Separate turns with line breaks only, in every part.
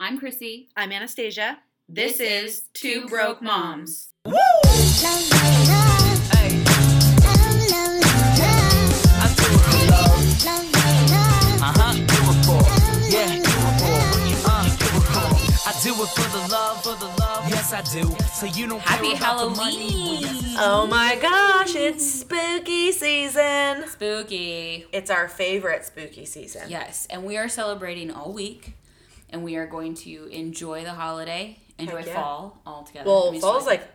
I'm Chrissy.
I'm Anastasia.
This is Two Broke Moms. Happy
Uh,
Happy
Halloween.
Oh my gosh, it's spooky season.
Spooky.
It's our favorite spooky season.
Yes, and we are celebrating all week, and we are going to enjoy the holiday, enjoy
Heck yeah.
fall all together. I
Well,
mean,
fall's
sorry.
like,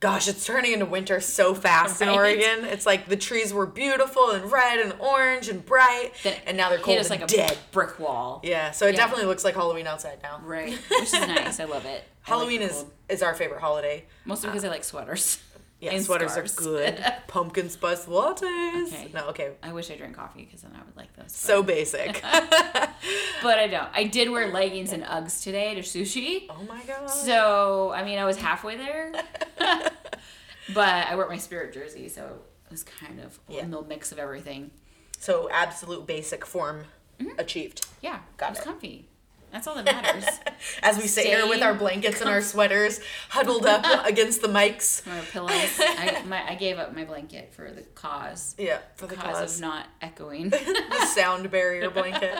gosh, it's turning into winter so fast in
Right.
Oregon. It's like the trees were beautiful and red and orange and bright,
That
and now they're
hit
cold
us
and
like a
dead.
brick wall.
Yeah, so it
Yeah.
definitely looks like Halloween outside now.
Right, which is nice. I love it. I like
Halloween
the
is
cold.
is our favorite holiday.
mostly because I like sweaters.
Yeah,
and
sweaters
scarves.
are good. Pumpkin spice lattes.
Okay.
No, okay.
I wish I drank coffee because then I would like those.
So basic.
but, but I don't. I did wear leggings and Uggs today to sushi.
oh my god.
So I mean, I was halfway there, but I wore my spirit jersey, so it was kind of a
Yeah.
little mix of everything.
So absolute basic form
Mm-hmm.
achieved.
Yeah,
Got
it was
it.
comfy. That's all that matters.
As we sit here with
Stay
our blankets and our sweaters huddled up against the mics.
my pillows. I, my, I gave up my blanket for the cause.
Yeah, for the
cause,
cause.
of not echoing.
the sound barrier blanket.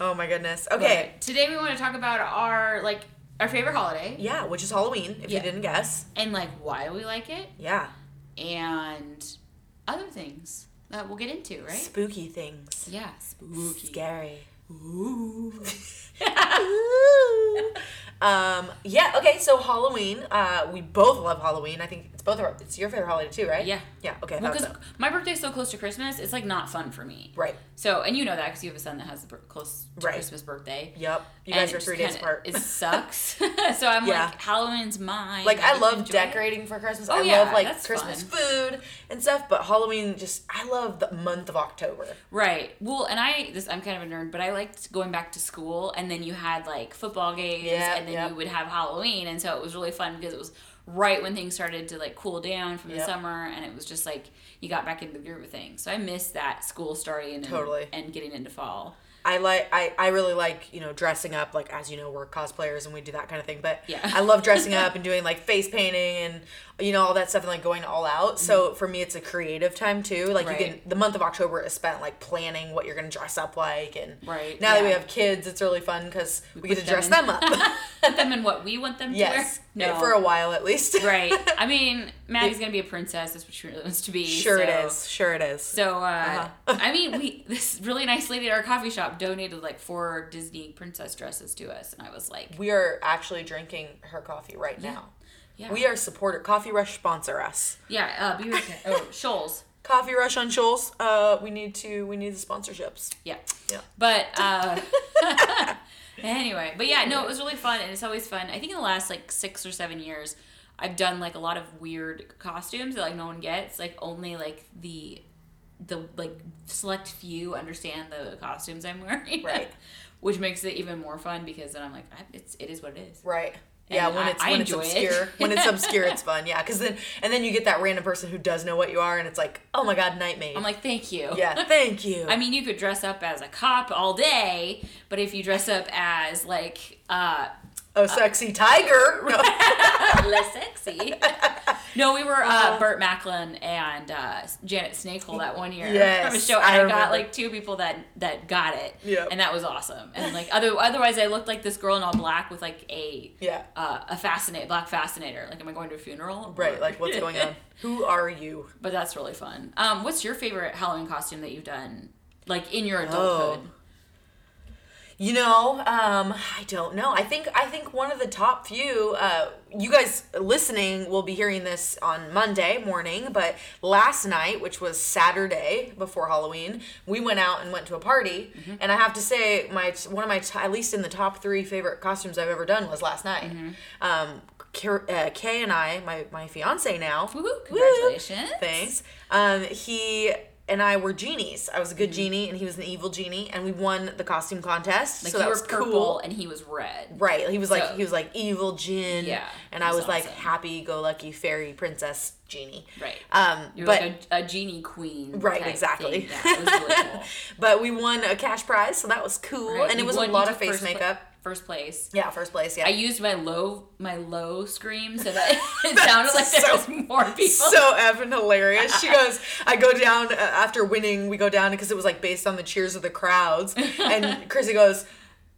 Oh my goodness. Okay.
But today we want to talk about our like our favorite holiday
Yeah, which is Halloween, if
Yeah.
you didn't guess.
and like why we like it
Yeah.
and other things that we'll get into, right?
Spooky things.
yeah, spooky.
Scary.
Ooh.
Ooh. um, yeah, okay, so Halloween. Uh, we both love Halloween. I think it's both of our, it's your favorite holiday too, right?
Yeah.
Yeah, okay. I thought
Because
so.
my birthday's so close to Christmas, it's like not fun for me.
Right.
So, and you know that because you have a son that has a bir- close to
Right.
Christmas birthday.
Yep. You guys
And it
are
just
three days
kinda-
apart.
It sucks. so I'm
Yeah.
like, Halloween's mine.
Like I
can
love
enjoy it.
decorating for Christmas.
Oh,
I
yeah,
love like
that's
Christmas
fun.
food and stuff, but Halloween just I love the month of October.
Right. Well, and I this I'm kind of a nerd, but I liked going back to school, and then you had like football games,
Yeah,
and then
yeah.
you would have Halloween, and so it was really fun because it was right when things started to like cool down from the
Yep.
summer, and it was just like you got back into the groove of things. So I missed that school starting and,
Totally.
and getting into fall.
I like I, I really like, you know, dressing up like as you know, we're cosplayers and we do that kind of thing. But
Yeah.
I love dressing up and doing like face painting and you know, all that stuff and like going all out. So for me it's a creative time too. Like you can
Mm-hmm. Right.
the month of October is spent like planning what you're gonna dress up like and
Right,
now that we
yeah.
have kids it's really fun because we,
put
get to dress
them in-
them up.
Put them in what we want them
yes.
to wear. No.
For a while at least.
right. I mean, Maddie's gonna be a princess. That's what she really wants to be.
Sure it
so-
is. Uh-huh. Sure it is.
So uh, I mean, we this really nice lady at our coffee shop donated like four Disney princess dresses to us, and I was like,
we are actually drinking her coffee right now.
yeah,
We are supporter. Coffee Rush sponsor us.
yeah, uh, be right back. oh Shoals,
Coffee Rush on Shoals. Uh, we need to. We need the sponsorships.
yeah,
Yeah.
but uh, anyway, but yeah, no, it was really fun, and it's always fun. I think in the last like six or seven years, I've done like a lot of weird costumes that like no one gets, like only like the the like select few understand the costumes I'm wearing,
Right.
Which makes it even more fun because then I'm like, I, it's it is what it is.
Right. Yeah,
And
when
I-
it's
I
when it's
enjoy it.
obscure, when it's obscure, it's fun. Yeah, because then and then you get that random person who does know what you are, and it's like, oh my god, nightmare.
I'm like, thank you.
yeah, thank you.
I mean, you could dress up as a cop all day, but if you dress up as like uh,
oh, sexy tiger. No.
less sexy, no, we were uh,
Um,
Burt Macklin and uh, Janet Snakehole that one year
Yes,
from a show. And
I
I,
remember.
got like two people that that got it,
Yep.
and that was awesome. And like other otherwise, I looked like this girl in all black with like a
Yeah.
uh, a fascinate black fascinator. Like, am I going to a funeral?
Right. Like, what's going on? Who are you?
But that's really fun. Um, what's your favorite Halloween costume that you've done, like in your adulthood?
Oh. You know, um, I don't know. I think I think one of the top few. Uh, you guys listening will be hearing this on Monday morning, but last night, which was Saturday before Halloween, we went out and went to a party. And I have to say, my one of my t- at least in the top three favorite costumes I've ever done was last night. Um, K- uh, Kay and I, my my fiance now,
Woohoo,
Woo!
congratulations.
Thanks. Um, he and I were genies. I was a
Mm-hmm.
good genie, and he was an evil genie, and we won the costume contest.
Like
so
you
that
were
was
purple
cool.
and he was red.
Right. He was like
So-
he was like evil gin.
Yeah,
And I was
that's
like
awesome.
happy go lucky fairy princess genie.
Right.
Um,
You're
but
like a, a genie queen.
Right,
type
exactly.
thing. Yeah, it was really cool.
but we won a cash prize, so that was cool,
Right,
and it
you
was a
won
lot
each
of face
first pla-
makeup.
first place.
Yeah, first place. Yeah.
I used my low my low scream so that it
That's
sounded like there
so-
was more people.
so effing hilarious. She goes, I go down uh, after winning. We go down because it was like based on the cheers of the crowds. And Chrissy goes,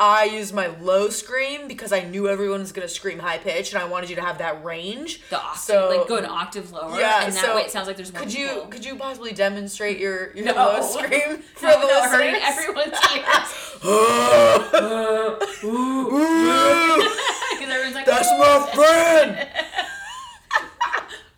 I used my low scream because I knew everyone was gonna scream high pitch, and I wanted you to have that range.
the octave,
So-
like go an octave lower,
Yeah,
and that
so
way it sounds like there's more
Could
people.
you could you possibly demonstrate your your
No.
low scream for
No,
the
no, hurting
listeners?
everyone's ears because everyone's like,
That's my friend.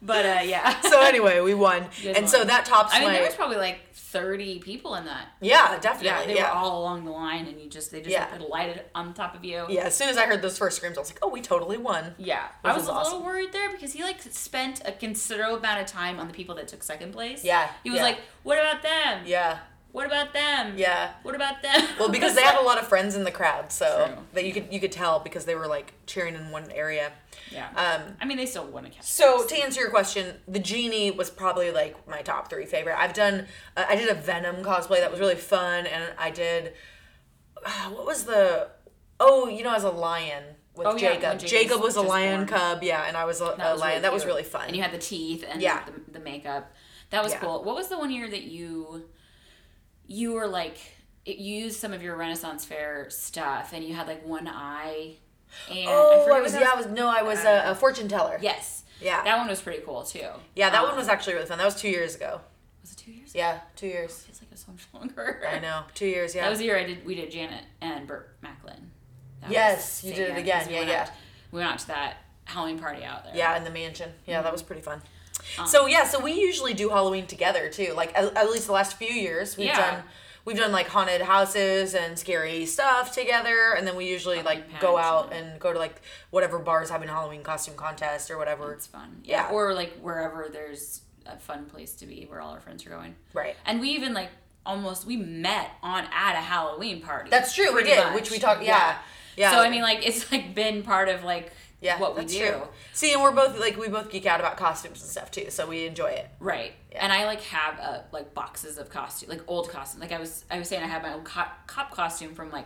but uh, yeah.
So anyway, we won,
Good
and so
one.
that tops
I mean,
my
there was probably like thirty people in that.
yeah,
Yeah,
definitely
they
yeah.
were all along the line, and you just they just
Yeah.
like, lighted on top of you.
yeah, as soon as I heard those first screams, I was like, oh, we totally won.
Yeah, I
Which
was
is
a little worried there because he like spent a considerable amount of time on the people that took second place.
Yeah,
he was
yeah.
like, "What about them?
Yeah,
What about them?
yeah.
what about them?"
Well, because they had a lot of friends in the crowd, so
True.
that you could you could tell because they were like cheering in one area.
yeah,
Um,
I mean, they still won a catch.
so to answer your question, the genie was probably like my top three favorite. I've done uh, I did a Venom cosplay that was really fun, and I did uh, what was the oh you know as a lion with
Oh, yeah,
Jacob.
when Jacob's
Jacob was a
just
lion
born.
cub, yeah, and I was a, a lion.
really
that was
cute.
really fun.
And you had the teeth and
Yeah.
the, the makeup. That was
Yeah.
cool. What was the one year that you you were like it, you used some of your Renaissance fair stuff and you had like one eye and
oh,
forget
I,
what
was
that
yeah, I was no, I was
Uh,
a, a fortune teller.
Yes.
Yeah.
That one was pretty cool too.
yeah, that
Um,
one was actually really fun. That was two years ago.
was it two years? ago?
Yeah, two years.
Feels like it was so much longer.
I know, two years. Yeah.
That was the year I did we did Janet and Burt Macklin. That
Yes,
was the
you did it
year,
again.
'cause we
Yeah,
went
yeah.
out- we went out to that Halloween party out there.
Yeah, in the mansion. Yeah, that was pretty fun.
Um,
so yeah, so we usually do Halloween together too. Like at, at least the last few years, we've
Yeah.
done we've done like haunted houses and scary stuff together, and then we usually
Pumpkin
like go
patch
out and go to like whatever bars having Halloween costume contest or whatever.
It's fun.
Yeah.
Or like wherever there's a fun place to be where all our friends are going.
Right.
And we even like almost we met on at a Halloween party.
That's true.
pretty
we did,
much.
which we talked. Yeah, yeah.
So I mean like it's like been part of like
yeah,
what we
that's
do.
true. See, and we're both like we both geek out about costumes and stuff too, so we enjoy it.
Right. And I like have uh, like boxes of costume, like old costume. Like I was I was saying I have my old cop, cop costume from like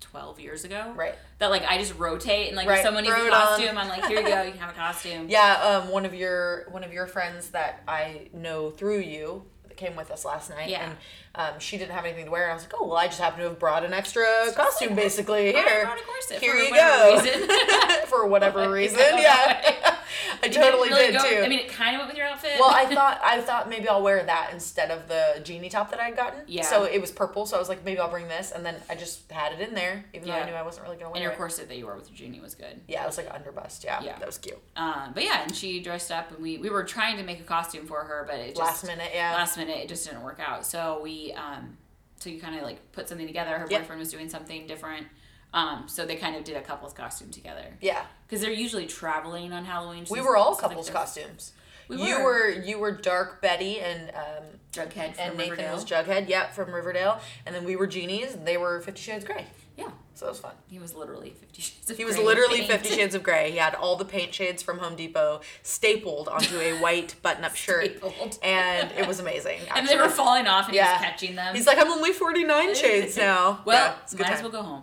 12 years ago.
Right.
That like I just rotate and like
Right,
if someone needs
throw
a
it on.
costume, I'm like here you go, you can have a costume.
Yeah, um, one of your one of your friends that I know through you that came with us last night,
Yeah.
and um, she didn't have anything to wear, and I was like, oh well, I just happen to have brought an extra costume, basically
"Oh, I
here.
brought a corset
Here
for
you
whatever
go.
reason.
For whatever reason,
I don't know
yeah, I
You didn't
totally
really
did
go-
too.
I mean, it kind of went with your outfit.
well, I thought I thought maybe I'll wear that instead of the genie top that I'd gotten.
Yeah.
So it was purple, so I was like, maybe I'll bring this, and then I just had it in there, even though I
Yeah.
knew I wasn't really gonna wear
and your
it.
corset that you wore with your genie was good.
yeah, it was like underbust. Yeah,
Yeah.
that was cute.
Um, but yeah, and she dressed up, and we we were trying to make a costume for her, but it just
last minute, yeah.
last minute it just didn't work out. So we um, so you kind of like put something together. Her
Yeah.
boyfriend was doing something different. Um, so they kind of did a couple's costume together
yeah.
because they're usually traveling on Halloween.
We
so-
were all
so, like,
couples
there's
costumes.
We
You
were.
were you were Dark Betty and um,
Jughead from
and Nathan
Riverdale.
was Jughead. Yeah, from Riverdale. And then we were genies. And they were Fifty Shades Grey.
yeah,
So it was fun.
he was literally Fifty Shades. Of
He was
Grey
literally
paint.
Fifty Shades of Grey. He had all the paint shades from Home Depot stapled onto a white button-up shirt,
Stapled.
and it was amazing.
and they were
actually.
falling off, and he
Yeah.
was catching them.
He's like, I'm only forty nine shades now.
well,
Yeah, it's a good
might as
time.
well go home.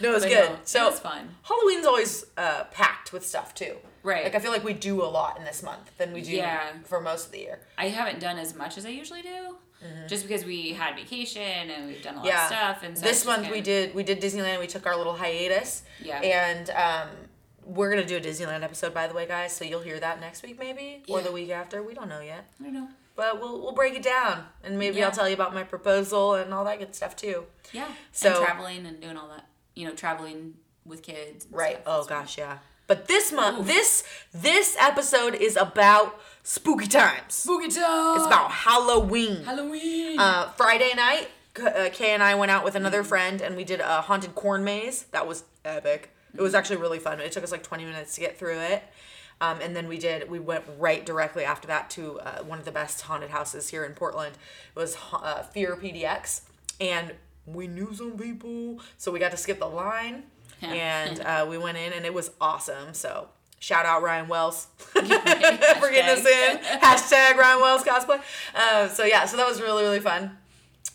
No, it was
But
good.
no,
so
it was fun.
Halloween's always uh, packed with stuff too.
Right.
Like I feel like we do a lot in this month than we do
Yeah.
for most of the year.
I haven't done as much as I usually do, just because we had vacation and we've done a lot
Mm-hmm. yeah.
of stuff. And so it's
this
just
month
kinda-
we did we did Disneyland. We took our little hiatus.
Yeah.
And um, we're gonna do a Disneyland episode, by the way, guys. So you'll hear that next week, maybe, or
Yeah.
the week after. We don't know yet,
I don't know.
but we'll we'll break it down, and maybe
Yeah.
I'll tell you about my proposal and all that good stuff too.
Yeah.
So-
and traveling and doing all that. You know, traveling with kids. and
Right.
stuff.
oh gosh, yeah. But this month, this this episode is about spooky times.
Boogie time.
It's about Halloween.
Halloween.
Uh, Friday night, K- uh, Kay and I went out with another friend and we did a haunted corn maze. That was epic. It was actually really fun. It took us like 20 minutes to get through it. Um, and then we did, we went right directly after that to uh, one of the best haunted houses here in Portland. It was ha- uh, Fear PDX. And we knew some people. So we got to skip the line. and uh, we went in and it was awesome. So shout out Ryan Wells Um, for getting us in. Hashtag Ryan Wells cosplay. Uh, so yeah, so that was really, really fun.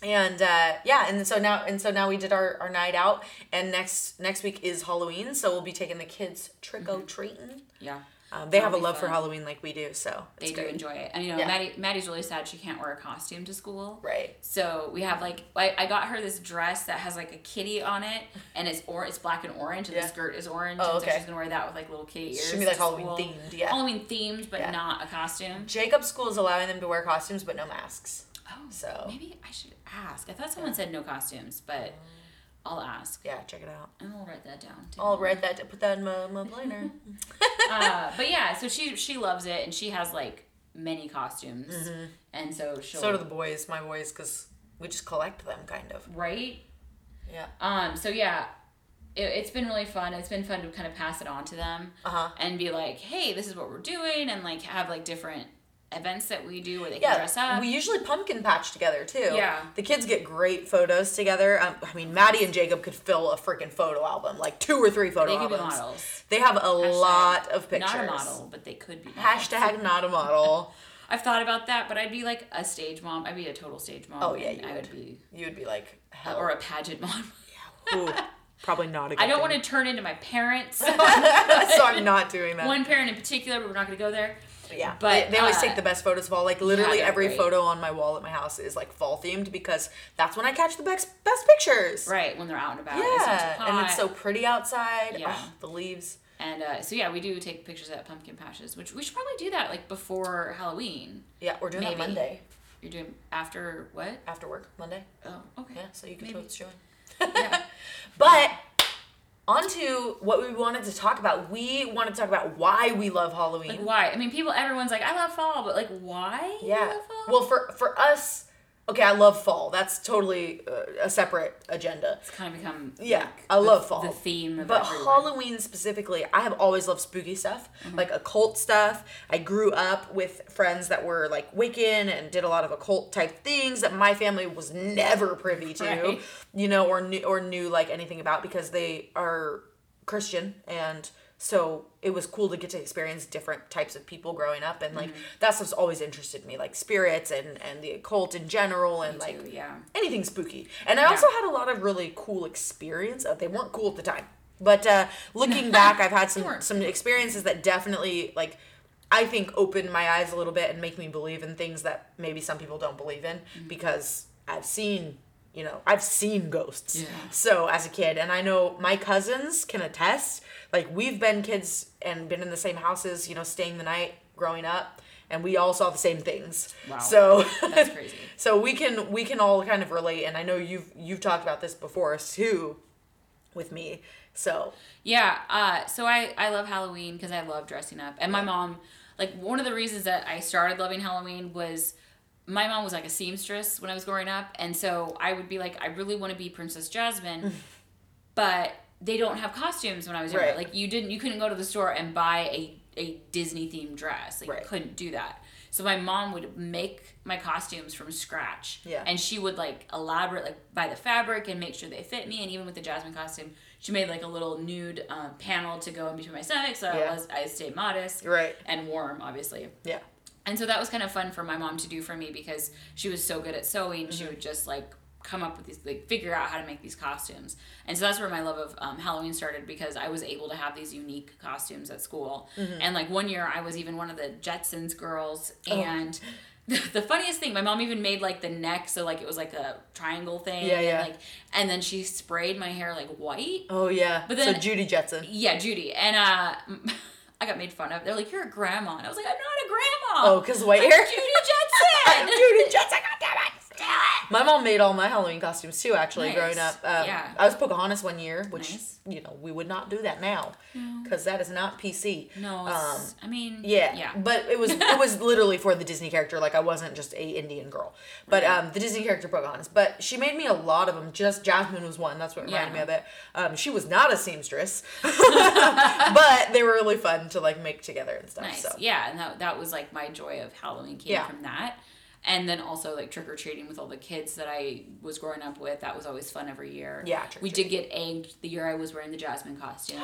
and uh, yeah and so now and so now we did our, our night out and next next week is halloween so we'll be taking the kids trick-or-treating
Yeah.
um, they have a
That'll be
love for
fun.
halloween like we do so
They
it's
do
great.
enjoy it. And you know,
Yeah.
Maddie Maddie's really sad she can't wear a costume to school.
right
So we have like I, I got her this dress that has like a kitty on it and it's or it's black and orange and
Yeah.
the skirt is orange
Oh,
and so
okay.
she's gonna wear that with like little kitty ears.
should be like
to
halloween
school.
themed yeah
Halloween themed but
Yeah.
not a costume.
jacob's school is allowing them to wear costumes but no masks
Oh
So-
maybe I should ask. I thought someone said no costumes, but I'll ask.
yeah check it out
And we'll write that down too.
i'll write that put that in my, my planner
uh, but yeah, so she she loves it and she has like many costumes. And so she'll
Mm-hmm. so do the boys my boys because we just collect them kind of
right?
yeah
Um, so yeah, it, it's been really fun. It's been fun to kind of pass it on to them
uh-huh
and be like, hey, this is what we're doing, and like have like different events that we do where they can
Yeah,
dress up.
we usually pumpkin patch together too.
Yeah.
the kids get great photos together. Um, I mean, Maddie and Jacob could fill a freaking photo album, like two or three photo
they could be
albums.
models.
They have a
Hashtag
lot of pictures.
Not a model, but they could be. models.
Hashtag not a model.
I've thought about that, but I'd be like a stage mom. I'd be a total stage mom.
Oh, yeah,
and
you
I would
would.
be,
you would be like, hell.
or a pageant mom.
Ooh, probably not a good
I don't want
thing.
to turn into my parents.
so I'm not doing that.
One parent in particular, but we're not going to go there.
But yeah,
but,
they, they always
uh,
take the best photos of all. Like literally
they're
every
great.
photo on my wall at my house is like fall themed because that's when I catch the best best pictures.
Right when they're out and about. It's not too
Yeah, and
hot.
it's so pretty outside.
Yeah.
Oh, the leaves.
And uh, so yeah, we do take pictures at pumpkin patches, which we should probably do that like before Halloween.
Yeah, we're doing that
Maybe.
Monday
You're doing after what?
after work. Monday.
Oh, okay.
Yeah, so you can
Maybe.
totally join.
Yeah.
But on to what we wanted to talk about. We wanted to talk about why we love Halloween.
Like why? I mean, people, everyone's like, I love fall, but like why? you
yeah.
love fall?
Well, for for us, okay, I love fall. That's totally uh, a separate agenda.
it's kind of become
Yeah,
like,
I
the-
love fall.
The theme of
But
everyone. Mm-hmm.
Halloween specifically, I have always loved spooky stuff, like occult stuff. I grew up with friends that were like Wiccan and did a lot of occult type things that my family was never privy to,
Right.
you know, or knew or knew like anything about because they are Christian and so it was cool to get to experience different types of people growing up and like
Mm-hmm.
that stuff's always interested me like spirits and and the occult in general and like
too, yeah.
anything spooky. And I also had a lot of really cool experience. uh, They weren't cool at the time, but uh, looking back, I've had some
weren't.
some experiences that definitely like I think opened my eyes a little bit and make me believe in things that maybe some people don't believe in
Mm.
because I've seen. You know, I've seen ghosts.
Yeah.
So as a kid, and I know my cousins can attest. Like we've been kids and been in the same houses, you know, staying the night growing up, and we all saw the same things.
Wow.
So
That's crazy.
so we can we can all kind of relate, and I know you've you've talked about this before too, with me. So
Yeah. Uh, so I, I love Halloween because I love dressing up. And my mom, like, one of the reasons that I started loving Halloween was my mom was like a seamstress when I was growing up. And so I would be like, I really want to be Princess
Mm.
Jasmine, but they don't have costumes when I was younger.
Right.
Like, you didn't, you couldn't go to the store and buy a, a Disney themed dress. Like,
Right.
you couldn't do that. So my mom would make my costumes from scratch.
Yeah.
And she would like elaborate like by the fabric and make sure they fit me. And even with the Jasmine costume, she made like a little nude um, panel to go in between my stomach, so
Yeah.
I was I stayed modest
right,
and warm, obviously.
yeah,
And so that was kind of fun for my mom to do for me because she was so good at sewing. She
Mm-hmm.
would just like come up with these, like figure out how to make these costumes. And so that's where my love of um, Halloween started because I was able to have these unique costumes at school.
Mm-hmm.
And like one year I was even one of the Jetsons girls.
Oh.
And the, the funniest thing, my mom even made like the neck. So like it was like a triangle thing.
Yeah,
and,
yeah.
like, and then she sprayed my hair like white.
oh yeah.
But
so
then-
Judy Jetson.
Yeah, Judy. And uh, I got made fun of. They're like, you're a grandma. And I was like, I'm not a grandma.
Oh, cause white hair.
Judy Jetson.
Judy Jetson. God damn it. My mom made all my Halloween costumes too. Actually,
Nice.
growing up, um,
Yeah.
I was Pocahontas one year, which
Nice.
you know we would not do that now, because that is not PC.
No,
Um,
it's, I mean,
Yeah,
yeah,
But it was it was literally for the Disney character. Like I wasn't just a Indian girl, but um, the Disney character Pocahontas. But she made me a lot of them. Just Jasmine was one. That's what reminded
Yeah.
me of it. Um, she was not a seamstress, but they were really fun to like make together and stuff.
nice,
So
yeah. And that that was like my joy of Halloween came
Yeah.
from that, and then also like trick or treating with all the kids that I was growing up with. That was always fun every year.
Yeah,
we did get egged the year I was wearing the Jasmine costume.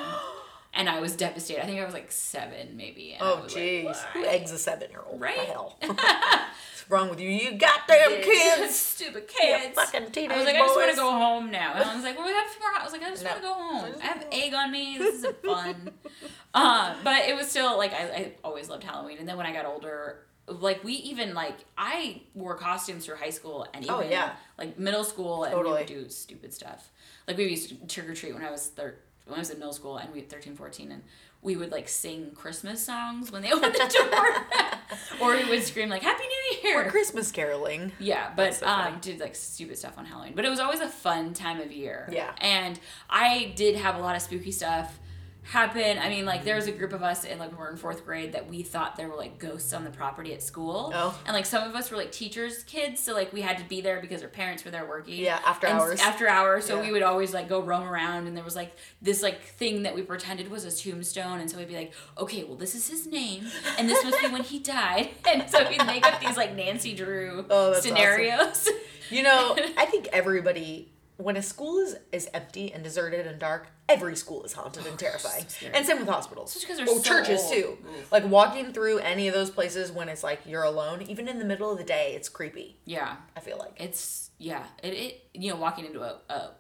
and I was devastated. I think I was like seven, maybe. and I
Oh
was like,
jeez, who
"Why?"
eggs a seven year old?
Right?
What the hell? What's wrong with you? You goddamn kids!
stupid
You
kids.
fucking teenage
I was like, I just want
boys.
to go home now. And I was like, well, we have a few more. hou- I was like, I just
No.
want to go home.
Just
I have egg on me. This isn't fun. um, but it was still like I, I always loved Halloween. And then when I got older, like we even like I wore costumes through high school and even
Oh, yeah.
like middle school and we
Totally.
would do stupid stuff. Like we used to trick or treat when I was thir- when I was in middle school and we 13, 14 and we would like sing Christmas songs when they opened the door, or we would scream like Happy New Year.
We're Christmas caroling.
Yeah, but
so funny.
um, did like stupid stuff on Halloween. But it was always a fun time of year.
Yeah.
and I did have a lot of spooky stuff happen. I mean, like there was a group of us in like we were in fourth grade that we thought there were like ghosts on the property at school.
Oh.
and like some of us were like teachers' kids, so like we had to be there because our parents were there working.
Yeah, after
And s-
hours.
After hours, so
Yeah.
we would always like go roam around, and there was like this like thing that we pretended was a tombstone, and so we'd be like, okay, well this is his name, and this must be when he died, and so we'd make up these like Nancy Drew
Oh, that's
scenarios.
You know, I think everybody, when a school is, is empty and deserted and dark, every school is haunted and terrifying.
Oh, scary.
and same with hospitals.
Especially 'cause they're
oh,
so
churches
old.
too.
Oof.
Like walking through any of those places when it's like you're alone, even in the middle of the day, it's creepy.
yeah,
I feel like.
it's yeah, it, it you know walking into a, a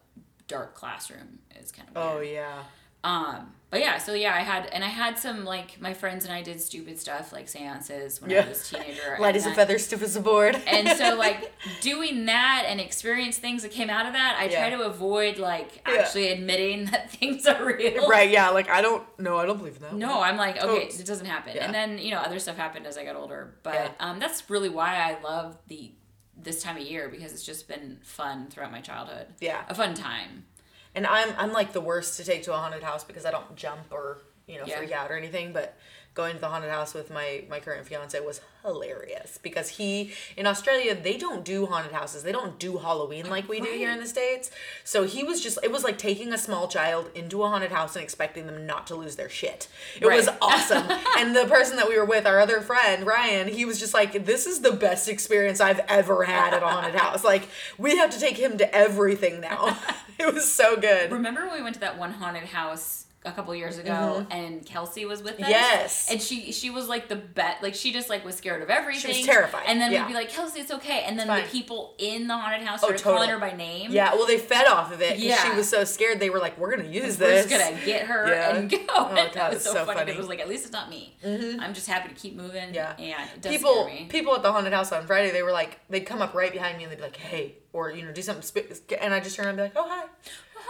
dark classroom is kind of weird.
Oh yeah.
Um, but yeah, so yeah, I had and I had some like my friends and I did stupid stuff like seances when
Yeah.
I was a teenager.
Light
and
as a
then-
feather, stiff as a board.
And so like doing that and experience things that came out of that, I try
Yeah.
to avoid like
Yeah.
actually admitting that things are real.
right? Yeah. Like I don't. No, I don't believe in that.
No, I'm like, okay,
Totes.
it doesn't happen.
Yeah.
And then, you know, other stuff happened as I got older. But
Yeah.
um, that's really why I love the this time of year because it's just been fun throughout my childhood.
Yeah.
A fun time.
And I'm I'm like the worst to take to a haunted house because I don't jump or you know
Yeah.
freak out or anything. But going to the haunted house with my my current fiance was hilarious because he in Australia they don't do haunted houses. They don't do Halloween like we do here in the states. So he was just it was like taking a small child into a haunted house and expecting them not to lose their shit. It was
Right.
awesome. and the person that we were with, our other friend Ryan, he was just like, "This is the best experience I've ever had at a haunted house." Like we have to take him to everything now. it was so good.
Remember when we went to that one haunted house a couple years ago and Kelsey was with us?
Mm-hmm. Yes.
And she she was like the bet like she just like was scared of everything.
terrified,
And then
yeah.
we'd be like, Kelsey, it's okay. And then
fine. Oh,
the people in the haunted house started calling her
totally.
by name.
Yeah, well, they fed off of it. 'cause
Yeah.
She was so scared. They were like, "We're gonna use
We're
this."
just gonna get her
Yeah.
and go.
Oh,
and
God,
that was
it's
so,
so
funny. 'cause
funny. Mm-hmm.
It was like at least it's not me. I'm just happy to keep moving.
Yeah.
and it does
people,
scare me.
people at the haunted house on Friday, they were like, they'd come up right behind me and they'd be like, "Hey," or you know, do something, sp- and I just turn around and be like, "Oh hi."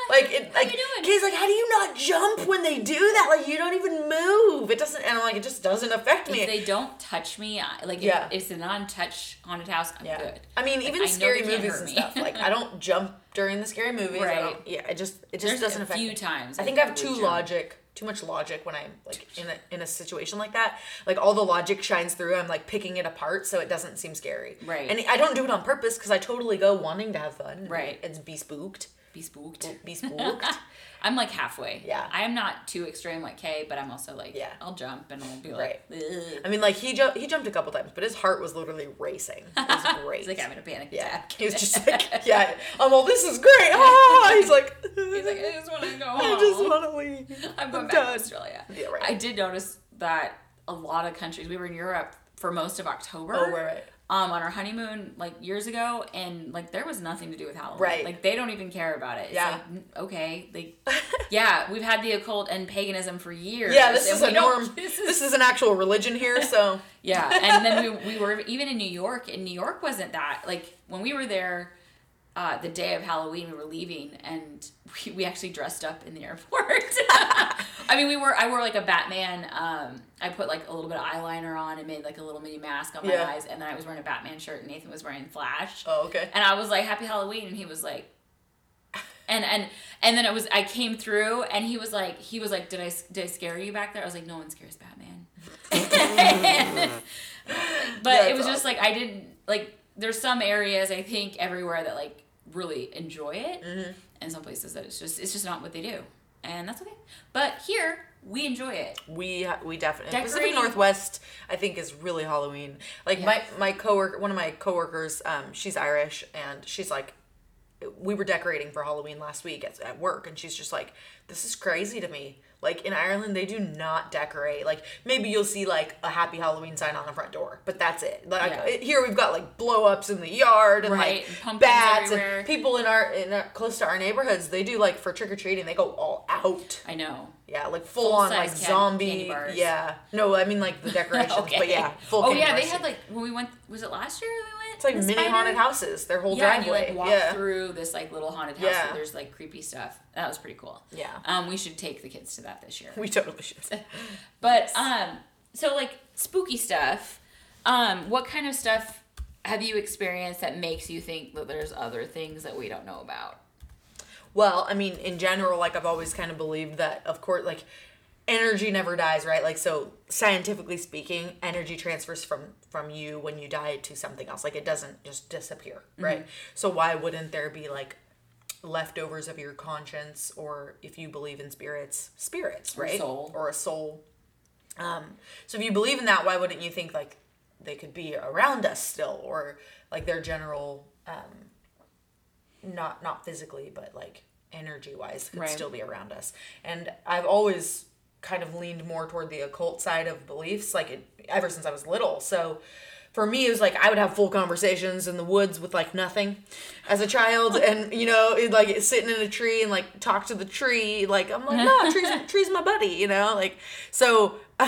Like it,
How
like
you doing?
Kay's like, "How do you not jump when they do that? Like you don't even move. It doesn't." And I'm like, "It just doesn't affect me."
if they don't touch me, I, like
Yeah.
if, if it's a non-touch haunted house, I'm
yeah.
good.
I mean,
Like,
even
I know
scary
they can't
movies
hurt
and
me.
stuff. Like I don't jump during the scary movies. I
Right.
don't- yeah, it just it just
There's
doesn't
a
affect
few
me.
times
I think I have too logic, too much logic when I'm like in a in a situation like that. Like all the logic shines through. I'm like picking it apart, so it doesn't seem scary.
Right.
And I don't do it on purpose because I totally go wanting to have fun. and
Right.
It's be spooked.
Be spooked.
Be spooked.
I'm like halfway.
Yeah.
I am not too extreme like Kay, but I'm also like
Yeah.
I'll jump and I'll be like,
I mean, like he ju- he jumped a couple times, but his heart was literally racing. It was great.
He's like having a panic
yeah.
attack.
He was just like, yeah. I'm all this is great. Ah! He's like,
He's like, I just want to go home.
I just want to leave.
I'm going
I'm
back to
done.
Australia.
Yeah, right.
I did notice that a lot of countries. We were in Europe for most of October.
Oh, right, right.
Um, on our honeymoon like years ago, and like there was nothing to do with Halloween.
Right.
Like they don't even care about it. It's
Yeah.
Like, n- okay. Like, yeah, we've had the occult and paganism for years.
Yeah, this
and
is a
we don't-
norm.
This is
This is an actual religion here, so
yeah, and then we, we were even in New York, and New York wasn't that like when we were there. Uh, the day of Halloween, we were leaving, and we, we actually dressed up in the airport. I mean, we were I wore like a Batman. Um, I put like a little bit of eyeliner on and made like a little mini mask on my
Yeah.
eyes, and then I was wearing a Batman shirt, and Nathan was wearing Flash.
Oh, okay.
And I was like, "Happy Halloween," and he was like, and and and then it was I came through, and he was like, he was like, "Did I did I scare you back there?" I was like, "No one scares Batman." but
That's
it was just like I didn't like. There's some areas I think everywhere that like really enjoy it,
Mm-hmm.
and some places that it's just it's just not what they do, and that's okay. But here we enjoy it.
we we definitely Pacific
Decorating.
Northwest I think is really Halloween. Like my my coworker, one of my coworkers, um, she's Irish and she's like, we were decorating for Halloween last week at, at work, and she's just like, "This is crazy to me." Like in Ireland, they do not decorate. Like maybe you'll see like a Happy Halloween sign on the front door, but that's it. Like
Yeah.
it- here we've got like blow ups in the yard and
Right,
like
and pumpkins
bats
everywhere.
and people in our in our, close to our neighborhoods. They do like for trick or treating. They go all out.
I know.
Yeah, like full on
Full-size
like
can-
zombie.
candy bars.
Yeah, no, I mean like the decorations, but yeah, full.
oh
candy
yeah, they
bars.
had like when we went. Was it last year we went?
it's like
the
mini
spider?
haunted houses. Their whole
Yeah, and you
driveway.
like walk
yeah.
through this like little haunted house
Yeah.
where there's like creepy stuff. That was pretty cool.
Yeah.
Um, we should take the kids to that this year.
We totally should.
But um, so like spooky stuff. Um, what kind of stuff have you experienced that makes you think that there's other things that we don't know about?
Well, I mean, in general, like I've always kind of believed that, of course, like energy never dies, right? Like so, scientifically speaking, energy transfers from from you when you die to something else. Like it doesn't just disappear, right? So why wouldn't there be like leftovers of your conscience, or if you believe in spirits, spirits, right?
soul.
or a soul. Um, so if you believe in that, why wouldn't you think like they could be around us still, or like their general not not physically but like energy wise could
Right.
still be around us and i've always kind of leaned more toward the occult side of beliefs like it, ever since i was little so for me it was like i would have full conversations in the woods with like nothing as a child and you know it, like sitting in a tree and like talk to the tree like i'm like no trees trees my buddy you know like so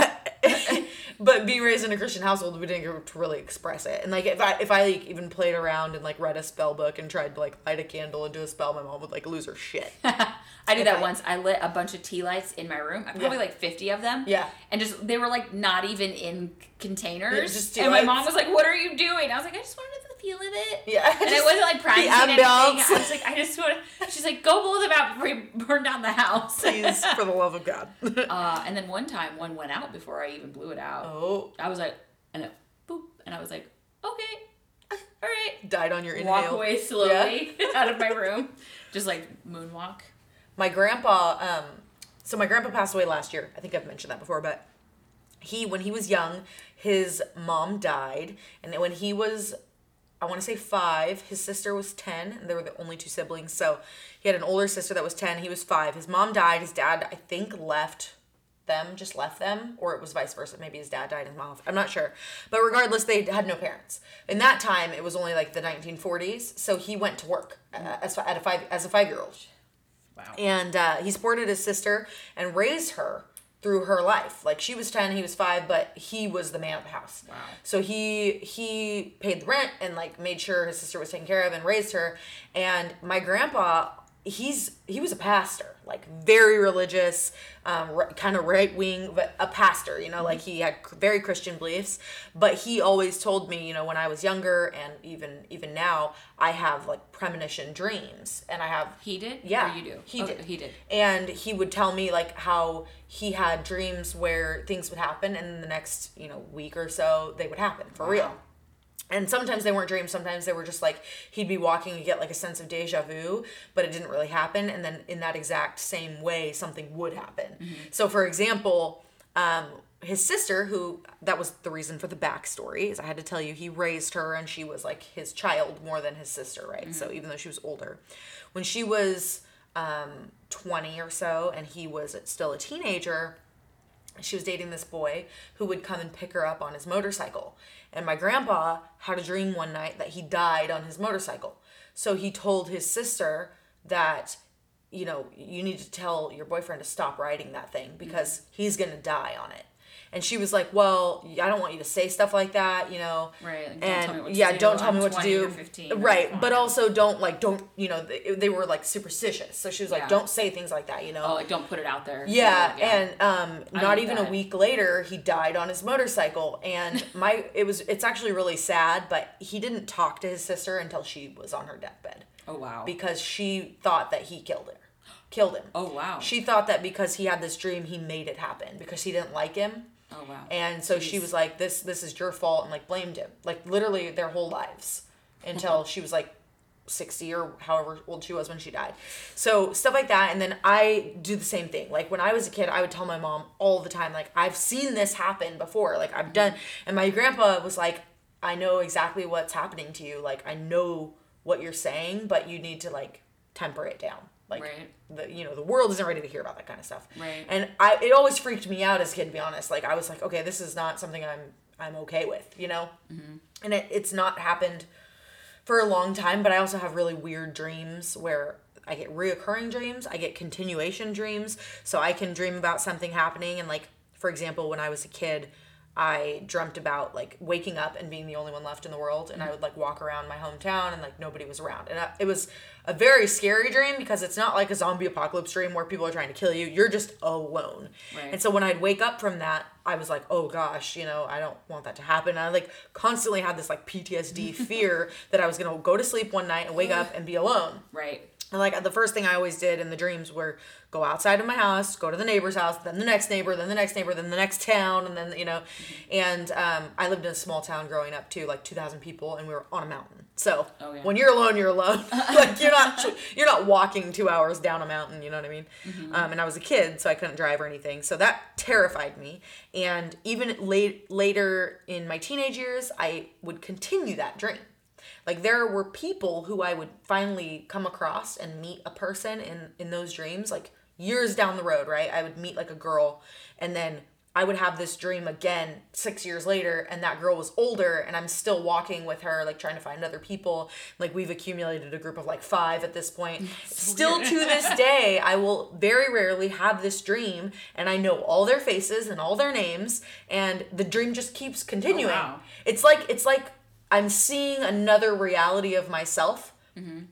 but being raised in a Christian household, we didn't get to really express it. And like if I if I like even played around and like read a spell book and tried to like light a candle and do a spell, my mom would like lose her shit.
I did that
I-
once. I lit a bunch of tea lights in my room. I Probably
Yeah.
like fifty of them.
Yeah.
And just they were like not even in c- containers.
Yeah, just tea
and my
lights.
mom was like, "What are you doing?" I was like, "I just wanted the feel of it."
Yeah,
And I
just
wasn't like practicing anything. I
ambiance.
was like, "I just want." to She's like, "Go blow them out before you burn down the house."
Please, for the love of God.
Uh, and then one time, one went out before I even blew it out.
oh,
I was like, and it boop, and I was like, okay, all right.
died on your inhale.
Walk away slowly out of my room, just like moonwalk.
my grandpa um so my grandpa passed away last year i think i've mentioned that before but he when he was young his mom died and then when he was i want to say five his sister was 10 and they were the only two siblings so he had an older sister that was 10 he was five his mom died his dad i think left them just left them or it was vice versa maybe his dad died and his mom left. i'm not sure but regardless they had no parents in that time it was only like the 1940s so he went to work uh, as, at a five as a five year old
Wow.
and uh, he supported his sister and raised her through her life like she was 10 he was 5 but he was the man of the house
Wow.
so he he paid the rent and like made sure his sister was taken care of and raised her and my grandpa he's he was a pastor like very religious um, r- kind of right wing but a pastor you know like he had c- very christian beliefs but he always told me you know when i was younger and even even now i have like premonition dreams and i have
He did?
yeah,
Or you do?
He
Oh,
did.
He did.
And he would tell me like how he had dreams where things would happen, and in the next you know week or so they would happen for real. And sometimes they weren't dreams. Sometimes they were just like he'd be walking and get like a sense of deja vu, but it didn't really happen. And then in that exact same way, something would happen. So for example, um, his sister, who that was the reason for the backstory, is I had to tell you he raised her and she was like his child more than his sister, right? So even though she was older, when she was um, 20 or so and he was still a teenager, she was dating this boy who would come and pick her up on his motorcycle. And my grandpa had a dream one night that he died on his motorcycle. So he told his sister that, you know, you need to tell your boyfriend to stop riding that thing because
Mm-hmm.
he's going to die on it. And she was like, "Well, I don't want you to say stuff like that, you know."
Right, like, don't
And
tell me what to
yeah,
do.
don't tell
I'm
me what to
20 or
do.
15 or
right,
whatever.
but also don't like don't you know they, they were like superstitious, so she was like,
Yeah.
"Don't say things like that," you know.
Oh, like don't put it out there.
Yeah, and um, not
knew
even a
that.
week later, he died on his motorcycle. And my, it was, it's actually really sad, but he didn't talk to his sister until she was on her deathbed
Oh, wow.
because she thought that he killed her, killed him.
oh, wow.
She thought that because he had this dream, he made it happen because he didn't like him.
oh, wow.
And so she
Jeez.
was like, "This, this is your fault," and like blamed him, like literally their whole lives, until she was like sixty or however old she was when she died. So stuff like that. And then I do the same thing. Like when I was a kid, I would tell my mom all the time, like I've seen this happen before. Like I've done. And my grandpa was like, "I know exactly what's happening to you. Like I know." what you're saying, but you need to like temper it down. Like
Right.
the you know the world isn't ready to hear about that kind of stuff.
Right.
And I it always freaked me out as a kid. To be honest, like I was like, okay, this is not something I'm I'm okay with. You know. And it, it's not happened for a long time, but I also have really weird dreams where I get reoccurring dreams, I get continuation dreams. So I can dream about something happening. And, like, for example, when I was a kid, I dreamt about like waking up and being the only one left in the world. And I would like walk around my hometown and like nobody was around. And I, it was a very scary dream because it's not like a zombie apocalypse dream where people are trying to kill you. You're just alone.
Right.
And so when I'd wake up from that, I was like, oh gosh, you know, I don't want that to happen. And I like constantly had this like PTSD fear that I was gonna go to sleep one night and wake up and be alone.
Right.
And like the first thing I always did in the dreams were go outside of my house, go to the neighbor's house, then the next neighbor, then the next neighbor, then the next town, and then you know, and um, I lived in a small town growing up too, like two thousand people, and we were on a mountain. So
Oh, yeah.
when you're alone, you're alone. like you're not you're not walking two hours down a mountain. You know what I mean?
Mm-hmm.
Um, and I was a kid, so I couldn't drive or anything. So that terrified me. And even late later in my teenage years, I would continue that dream. Like there were people who I would finally come across and meet a person in in those dreams like years down the road, right? I would meet like a girl and then I would have this dream again 6 years later and that girl was older and I'm still walking with her like trying to find other people. Like we've accumulated a group of like 5 at this point. still to this day, I will very rarely have this dream and I know all their faces and all their names and the dream just keeps continuing.
wow.
It's like it's like I'm seeing another reality of myself.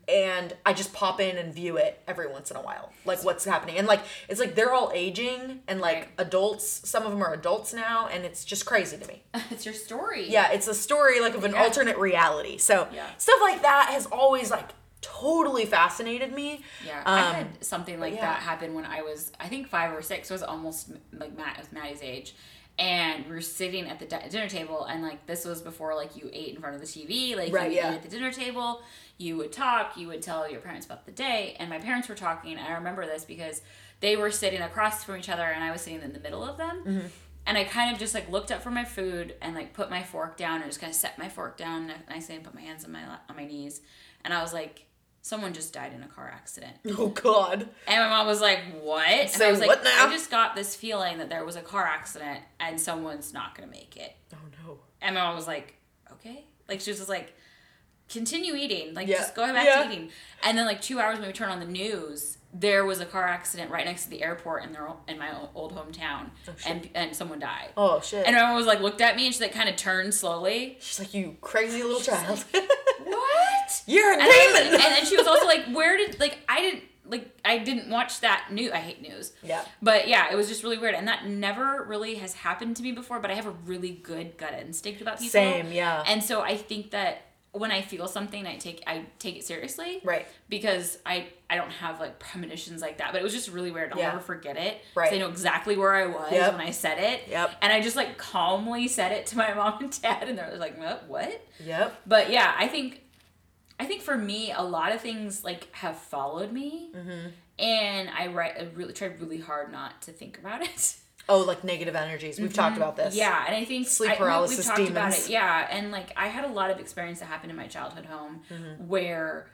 And I just pop in and view it every once in a while, like what's happening. And like, it's like they're all aging and like
Right.
adults, some of them are adults now, and it's just crazy to me.
it's your story.
Yeah, it's a story like of an
Yeah.
alternate reality. So,
Yeah.
stuff like that has always like totally fascinated me.
Yeah, I
Um,
had something like
yeah.
that happen when I was, I think five or six. So it was almost like Matt was Maddie's age, and we were sitting at the di- dinner table, and like this was before like you ate in front of the TV, like
Right,
you
yeah.
ate at the dinner table, you would talk, you would tell your parents about the day, and my parents were talking. and I remember this because they were sitting across from each other, and I was sitting in the middle of them.
Mm-hmm.
And I kind of just like looked up from my food and like put my fork down and just kind of set my fork down nicely and put my hands on my la- on my knees, and I was like, "Someone just died in a car accident."
oh, God.
And my mom was like, "What?" And
Say
I was like,
what now?
"I just got this feeling that there was a car accident and someone's not gonna make it."
Oh, no.
And my mom was like, "Okay," like she was just like, "Continue eating, like
Yeah.
just go back
Yeah.
to eating." And then like two hours when we turned on the news, there was a car accident right next to the airport in their in my o- old hometown, and and someone died.
Oh, shit.
And my mom was like, looked at me and she like kind of turned slowly.
She's like, you crazy little child.
What?
You're a
And, I was-
demon.
and then she was also like, "Where did like I didn't like I didn't watch that news. I hate news."
Yeah.
But yeah, it was just really weird, and that never really has happened to me before. But I have a really good gut instinct about people.
Same, yeah.
And so I think that when I feel something, I take I take it seriously.
Right.
Because I I don't have like premonitions like that, but it was just really weird. I'll
Yeah.
never forget it. 'cause
Right.
I know exactly where I was
Yep.
when I said it.
Yep.
And I just like calmly said it to my mom and dad, and they're like, "What? What?"
yep.
But yeah, I think I think for me, a lot of things like have followed me, and I write. I really tried really hard not to think about it.
Oh, like negative energies. We've talked about this.
Mm-hmm. Yeah, and I think
Sleep
I- we-
paralysis
We've talked about
demons.
it. Yeah, and like I had a lot of experience that happened in my childhood home
Mm-hmm.
where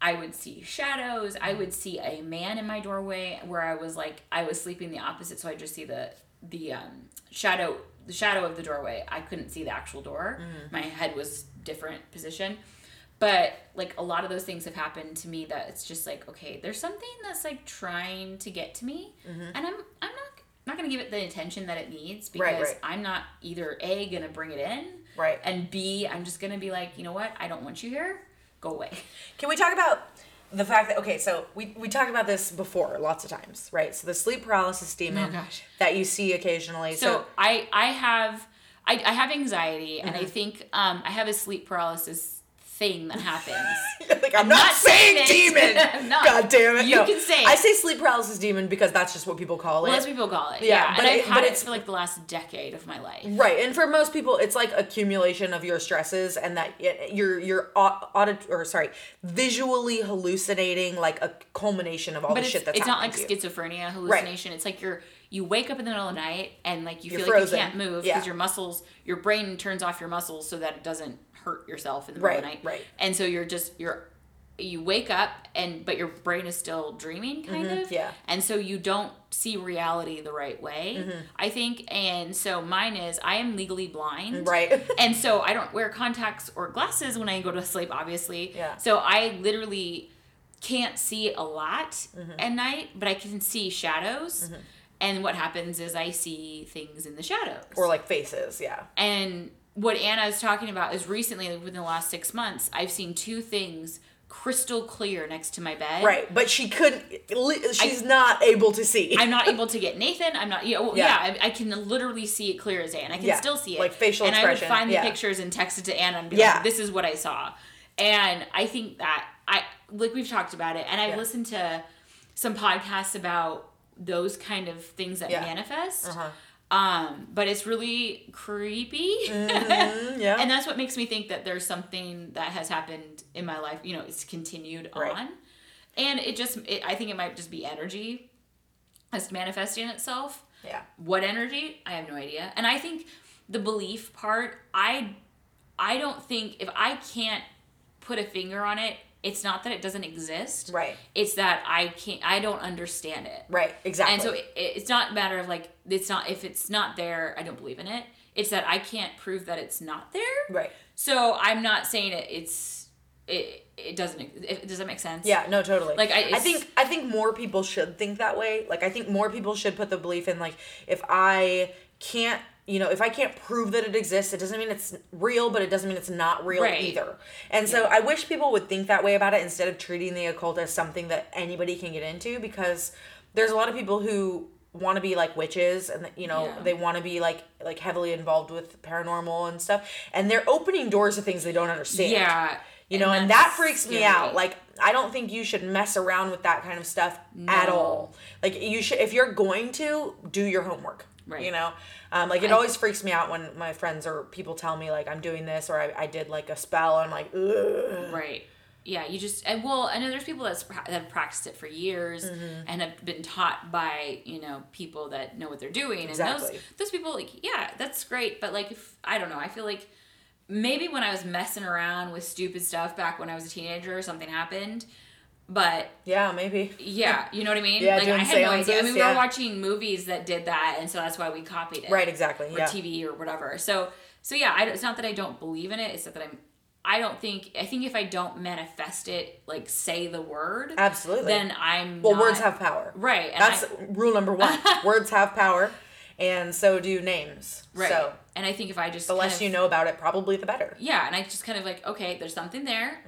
I would see shadows. I would see a man in my doorway where I was like I was sleeping the opposite, so I just see the the um, shadow the shadow of the doorway. I couldn't see the actual door.
Mm-hmm.
My head was different position. But like a lot of those things have happened to me that it's just like okay, there's something that's like trying to get to me,
Mm-hmm.
and I'm I'm not not gonna give it the attention that it needs because
Right, right.
I'm not either a gonna bring it in,
Right.
and b I'm just gonna be like you know what I don't want you here, go away.
Can we talk about the fact that okay, so we we talked about this before lots of times, right? So the sleep paralysis demon
Oh, gosh.
that you see occasionally. So,
So I I have I, I have anxiety and I
Mm-hmm.
think um I have a sleep paralysis thing that happens.
like I'm, not,
not
saying
saying it.
demon.
I'm not.
God damn it.
You
no.
can say
I
it.
say sleep paralysis demon because that's just what people call it.
well, that's what people call it.
Yeah,
Yeah,
but
and I've
it-
had
but
it
it's-
for like the last decade of my life.
Right, and for most people, it's like accumulation of your stresses, and that y- you're you're au- audit or sorry, visually hallucinating like a culmination of all
But
the
it's,
shit that's
it's not
happening
like
to you.
schizophrenia hallucination. It's like you're you wake up in the middle of the night and like you
You're
feel like you
frozen.
can't move
Yeah.
because your muscles, your brain turns off your muscles so that it doesn't hurt yourself in the middle of the
Right,
night.
right.
And so you're just you're you wake up and but your brain is still dreaming kind
Mhm,
of
yeah.
and so you don't see reality the right way
Mm-hmm.
i think and so mine is i am legally blind
Right.
and so i don't wear contacts or glasses when i go to sleep obviously
Yeah.
so i literally can't see a lot
Mm-hmm.
at night but i can see shadows and what happens is i see things in the shadows
or like faces, yeah.
and what Anna is talking about is recently, like within the last six months, I've seen two things crystal clear next to my bed.
Right, but she couldn't. li- She's not able to see.
I'm not able to get Nathan. I'm not, you know, well,
Yeah.
yeah, I, I can literally see it clear as day, and I can
Yeah,
still see it.
like facial
and
expression,
I would find the
yeah.
pictures and text it to Anna and be
Yeah.
like, this is what I saw. And I think that, I like we've talked about it, and I've
Yeah.
listened to some podcasts about those kind of things that
Yeah.
manifest.
Uh-huh.
Um, but it's really creepy.
Mm, yeah.
and that's what makes me think that there's something that has happened in my life you know it's continued
Right.
on and it just it, i think it might just be energy that's manifesting itself
yeah.
what energy i have no idea and i think the belief part i i don't think if i can't put a finger on it it's not that it doesn't exist
Right.
it's that i can't i don't understand it
Right. Exactly.
and so it, it's not a matter of like it's not if it's not there i don't believe in it it's that i can't prove that it's not there
right.
so I'm not saying it, it's it it doesn't it, does that make sense?
Yeah, no, totally.
Like, I-
I
it's-
think I think more people should think that way. Like I think more people should put the belief in like if I can't, you know, if I can't prove that it exists, it doesn't mean it's real, but it doesn't mean it's not real
Right.
either. And so I wish people would think that way about it instead of treating the occult as something that anybody can get into because there's a lot of people who want to be like witches and you know
Yeah.
they want to be like like heavily involved with paranormal and stuff and they're opening doors to things they don't understand
Yeah.
you know, and, that
that's
freaks me
scary.
out. Like, I don't think you should mess around with that kind of stuff at
No.
all. Like, you should, if you're going to, do your homework.
Right.
You know, um, like it
I-
always freaks me out when my friends or people tell me like I'm doing this or I, I did like a spell. I'm like, Ugh.
right. Yeah, you just and well, I know there's people that's pra- that have practiced it for years
Mm-hmm.
and have been taught by you know people that know what they're doing, and
Exactly.
those those people like yeah, that's great, but like if I don't know, I feel like maybe when I was messing around with stupid stuff back when I was a teenager, something happened, but
yeah, maybe.
Yeah, you know what I mean?
Yeah,
like
doing
I had no
seances,
idea. I mean, we
yeah.
were watching movies that did that, and so that's why we copied it.
Right, exactly.
Or
yeah.
TV or whatever. So, so yeah, I, it's not that I don't believe in it. It's not that I'm. I don't think. I think if I don't manifest it, like say the word,
Absolutely.
then I'm.
well,
not-
words have power.
right. And
That's
I,
rule number one. words have power, and so do names.
right.
So
and I think if I just
the
kind
less
of-
you know about it, probably the better.
yeah, and I just kind of like okay, there's something there.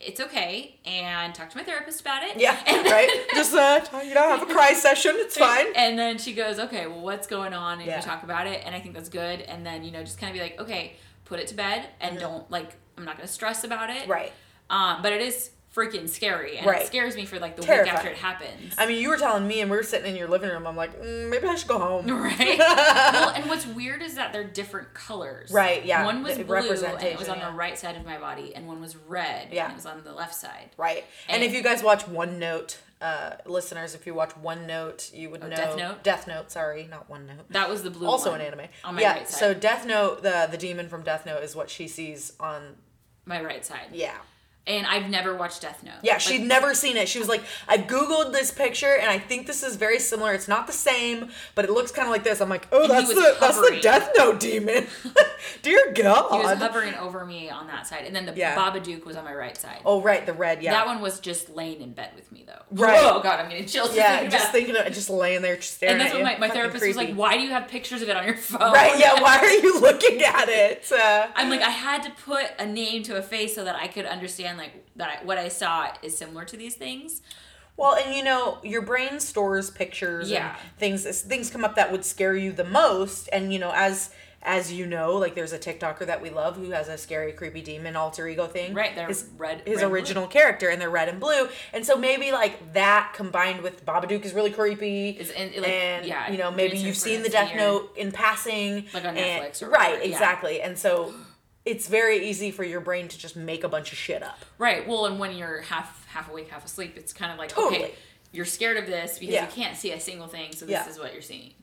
It's okay, and talk to my therapist about it.
Mm-hmm. Yeah. right. Just uh, you know, have a cry session. It's fine.
And then she goes, okay, well, what's going on? And
Yeah.
we talk about it. And I think that's good. And then, you know, just kind of be like, okay, put it to bed and don't, like, I'm not going to stress about it.
Mm-hmm. Right.
Um, but it is freaking scary. And
Right.
it scares me for, like, the week
Terrifying.
after it happens.
I mean, you were telling me, and we were sitting in your living room. I'm like, mm, maybe I should go home.
right? well, and what's weird is that they're different colors.
Right, yeah.
One was
The
blue and it was
representation,
on
yeah.
the right side of my body, and one was red
Yeah.
and it was on the left side.
Right. And,
And-
if you guys watch One Note, uh, listeners, if you watch One Note, you would know
Oh, Death Note?
Death Note. Sorry, not One Note.
That was the blue
also
one.
an anime.
On my
yeah.
right side.
So Death Note, the the demon from Death Note, is what she sees on.
My right side.
Yeah.
And I've never watched Death Note.
Yeah,
Like,
she'd never seen it. She was like, I googled this picture and I think this is very similar. It's not the same, but it looks kind of like this. I'm like, oh,
And he
that's
was
the that's the
hovering.
Death Note demon. Dear God.
He was hovering over me on that side, and then the
Yeah.
Babadook was on my right side.
oh, right, the red. Yeah.
That one was just laying in bed with me though.
Right.
Oh god, I'm getting chills.
Yeah,
thinking
just
about it.
thinking of it, just laying there, just staring.
And that's
at
what
you.
my, my
Fucking
therapist was
creepy.
like, "Why do you have pictures of it on your phone?"
Right? Yeah. Why are you looking at it? Uh,
I'm like, I had to put a name to a face so that I could understand like that I, what I saw is similar to these things.
well, and you know, your brain stores pictures.
Yeah.
And things as things come up that would scare you the most, and you know, as as you know, like there's a TikToker that we love who has a scary, creepy demon alter ego thing.
Right, they're
His,
red.
his
red and blue.
original character, and they're red and blue, and so maybe like that combined with Babadook is really creepy.
Is- and, like,
and
yeah,
you know, maybe
it's
you've seen
different.
the Death
Weird.
Note in passing,
Like on
and-
Netflix or
right?
whatever, yeah.
Exactly, and so it's very easy for your brain to just make a bunch of shit up.
Right. Well, and when you're half half awake, half asleep, it's kind of like
Totally.
okay, you're scared of this because
Yeah.
you can't see a single thing, so this
Yeah.
is what you're seeing.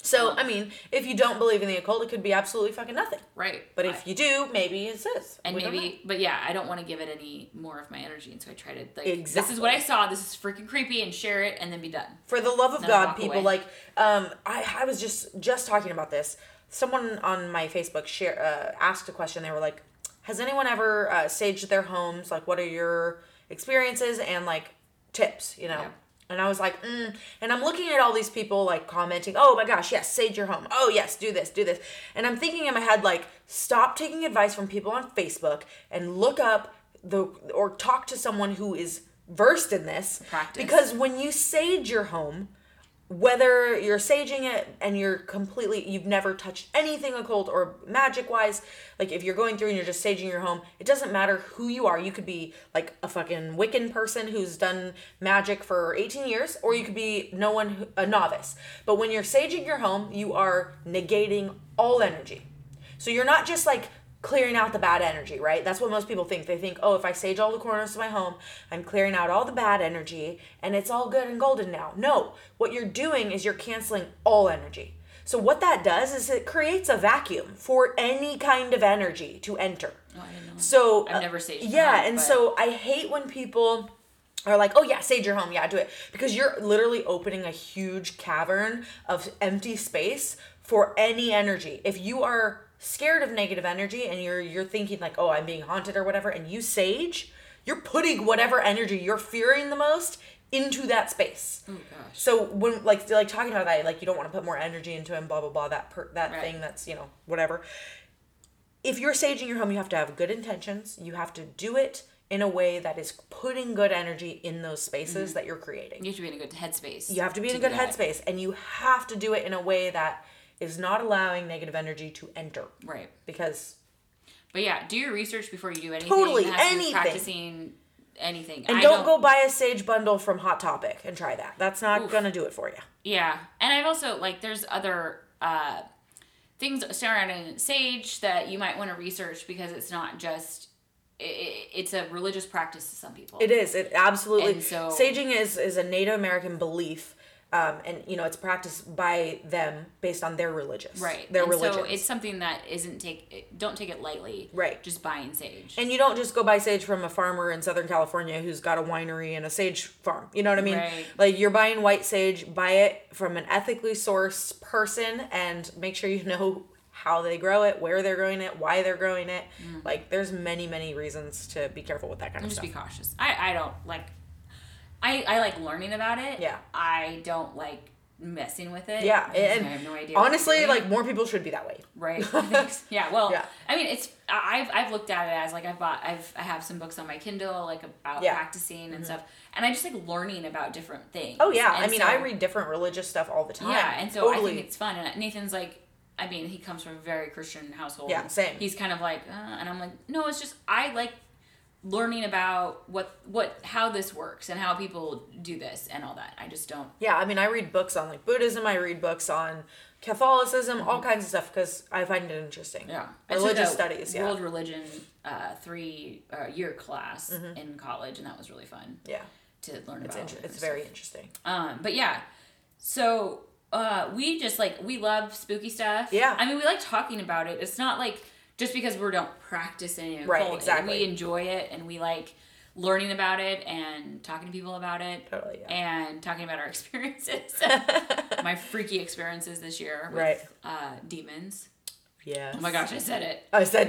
So, I mean, if you don't believe in the occult, it could be absolutely fucking nothing.
Right.
But
I-
if you do, maybe it's this.
and
We don't know.
maybe but yeah i don't want to give it any more of my energy and so i try to like this
Exactly.
is what i saw this is freaking creepy and share it and then be done
for the love of
Then I
God,
walk
people
away.
like um, I, I was just just talking about this. Someone on my Facebook share uh, asked a question. They were like, "Has anyone ever uh, staged their homes? Like, what are your experiences and like tips? You know."
Yeah.
And I was like, mm. and I'm looking at all these people like commenting, oh my gosh, yes, sage your home. Oh, yes, do this, do this. And I'm thinking in my head, like, stop taking advice from people on Facebook and look up the, or talk to someone who is versed in this.
Practice.
Because when you sage your home, whether you're saging it and you're completely you've never touched anything occult or magic wise like if you're going through and you're just saging your home it doesn't matter who you are you could be like a fucking wiccan person who's done magic for 18 years or you could be no one who- a novice but when you're saging your home you are negating all energy so you're not just like clearing out the bad energy, right? That's what most people think. They think, oh, if I sage all the corners of my home, I'm clearing out all the bad energy and it's all good and golden now. No, what you're doing is you're canceling all energy. So what that does is it creates a vacuum for any kind of energy to enter.
oh, i don't know
So
I've
uh,
never saged my
Yeah,
home,
and
but-
so I hate when people are like, "Oh yeah, sage your home, yeah, do it," because you're literally opening a huge cavern of empty space for any energy. If you are scared of negative energy and you're you're thinking like, "Oh, I'm being haunted" or whatever, and you sage, you're putting whatever energy you're fearing the most into that space.
oh gosh
So when like like talking about that, like you don't want to put more energy into him, blah blah blah. That per, that
Right.
thing that's you know whatever. If you're staging your home, you have to have good intentions. You have to do it in a way that is putting good energy in those spaces that you're creating.
Mm-hmm. you have to be in a good headspace
You have to be in a
do
good
that.
headspace, and you have to do it in a way that is not allowing negative energy to enter.
right
Because
but yeah do your research before you do anything
Totally,
It has to be
anything.
practicing anything
and
I
don't go buy a sage bundle from Hot Topic and try that. That's not gonna do it for you.
Yeah, and I've also like there's other uh, things surrounding sage that you might want to research because it's not just i i it's a religious practice to some people.
It is. It absolutely.
And so-
saging is is a Native American belief, um, and you know it's practiced by them based on their religious
right.
Their
and
religion.
So it's something that isn't take it- don't take it lightly.
Right.
Just buying sage.
and you don't just go buy sage from a farmer in Southern California who's got a winery and a sage farm. You know what I mean?
Right.
Like you're buying white sage, buy it from an ethically sourced person, and make sure you know how they grow it, where they're growing it, why they're growing it. Like there's many many reasons to be careful with that kind of
Mm. just
stuff.
be cautious. I I don't like. I I like learning about it.
Yeah.
I don't like messing with it.
yeah,
because
and
I have no idea. what I'm
honestly,
doing.
like more people should be that way.
Right. Thanks. yeah. Well,
Yeah.
I mean, it's I- I've I've looked at it as like I've bought I've I have some books on my Kindle like about
Yeah. Mm-hmm.
practicing and stuff, and I just like learning about different things.
Oh yeah, I
And
mean
so-
I read different religious stuff all the time.
Yeah, and so
totally.
I think it's fun. And Nathan's like, I mean, he comes from a very Christian household.
Yeah, same.
He's kind of like, uh, and I'm like, no, it's just I like learning about what what how this works and how people do this and all that. I just don't.
yeah, I mean I read books on like Buddhism, I read books on Catholicism, all kinds of stuff because I find it interesting.
Mm-hmm. Yeah, I took
religious
a
studies. Yeah,
World religion uh, three uh, year class in college, and that was really fun.
yeah,
to learn
Mm-hmm. it's
about.
inter-
it
it's
and
very interesting.
stuff. Um, but yeah, so uh, we just like we love spooky stuff.
Yeah.
I mean, we like talking about it. It's not like just because we don't practice any
Right,
occult,
exactly.
We enjoy it and we like learning about it and talking to people about it.
Totally, Oh, yeah.
And talking about our experiences, my freaky experiences this year with
Right.
uh, demons.
Yeah.
Oh my gosh, I said it.
I said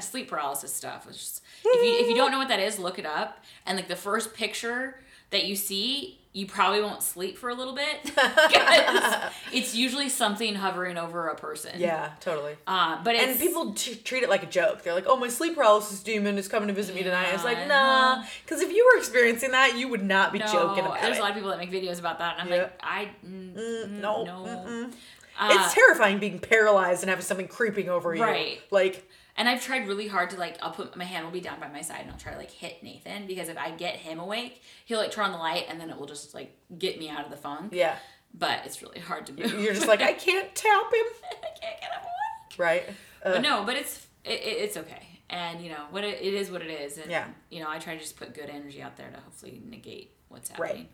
sleep paralysis stuff was just if you if you don't know what that is, look it up. And like the first picture that you see, you probably won't sleep for a little bit. 'Cause it's usually something hovering over a person.
yeah, totally.
Uh, but it's
and people t- treat it like a joke. They're like, "Oh, my sleep paralysis demon is coming to visit me tonight." It's
Yeah,
like,
I
nah, because if you were experiencing that, you would not be
no,
joking about
there's
it.
a lot of people that make videos about that, and I'm
Yeah.
like, I mm, mm,
no,
no. Uh,
it's terrifying being paralyzed and having something creeping over you.
Right.
Like,
And I've tried really hard to like I'll put my hand will be down by my side and I'll try to like hit Nathan because if I get him awake, he'll like turn on the light and then it will just like get me out of the funk.
yeah.
But it's really hard to move.
You're just like, I can't tap him.
I can't get him awake.
Right?
But
Uh,
no, but it's it, it- it's okay, and you know what it, it is what it is, and
Yeah.
you know I try to just put good energy out there to hopefully negate what's
Right.
happening.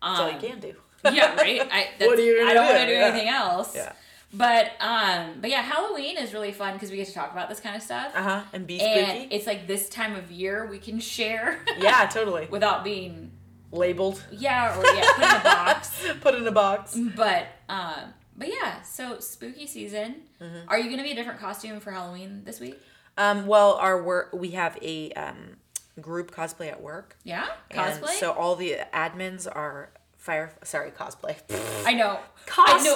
that's all
Um,
you can do.
yeah, right. I, that's,
What are you gonna
I don't
do?
want to do
Yeah.
anything else.
Yeah.
But um, but yeah, Halloween is really fun because we get to talk about this kind of stuff,
Uh huh. And be
and
spooky.
it's like this time of year we can share
yeah, totally.
without being
Labeled.
yeah or yeah put in a box.
Put in a box.
But um, but yeah, so spooky season.
Mm-hmm.
Are you gonna be a different costume for Halloween this week?
Um, well, our work we have a um, group cosplay at work.
Yeah,
And
cosplay.
so all the admins are fire. Sorry, cosplay.
I know
Costume.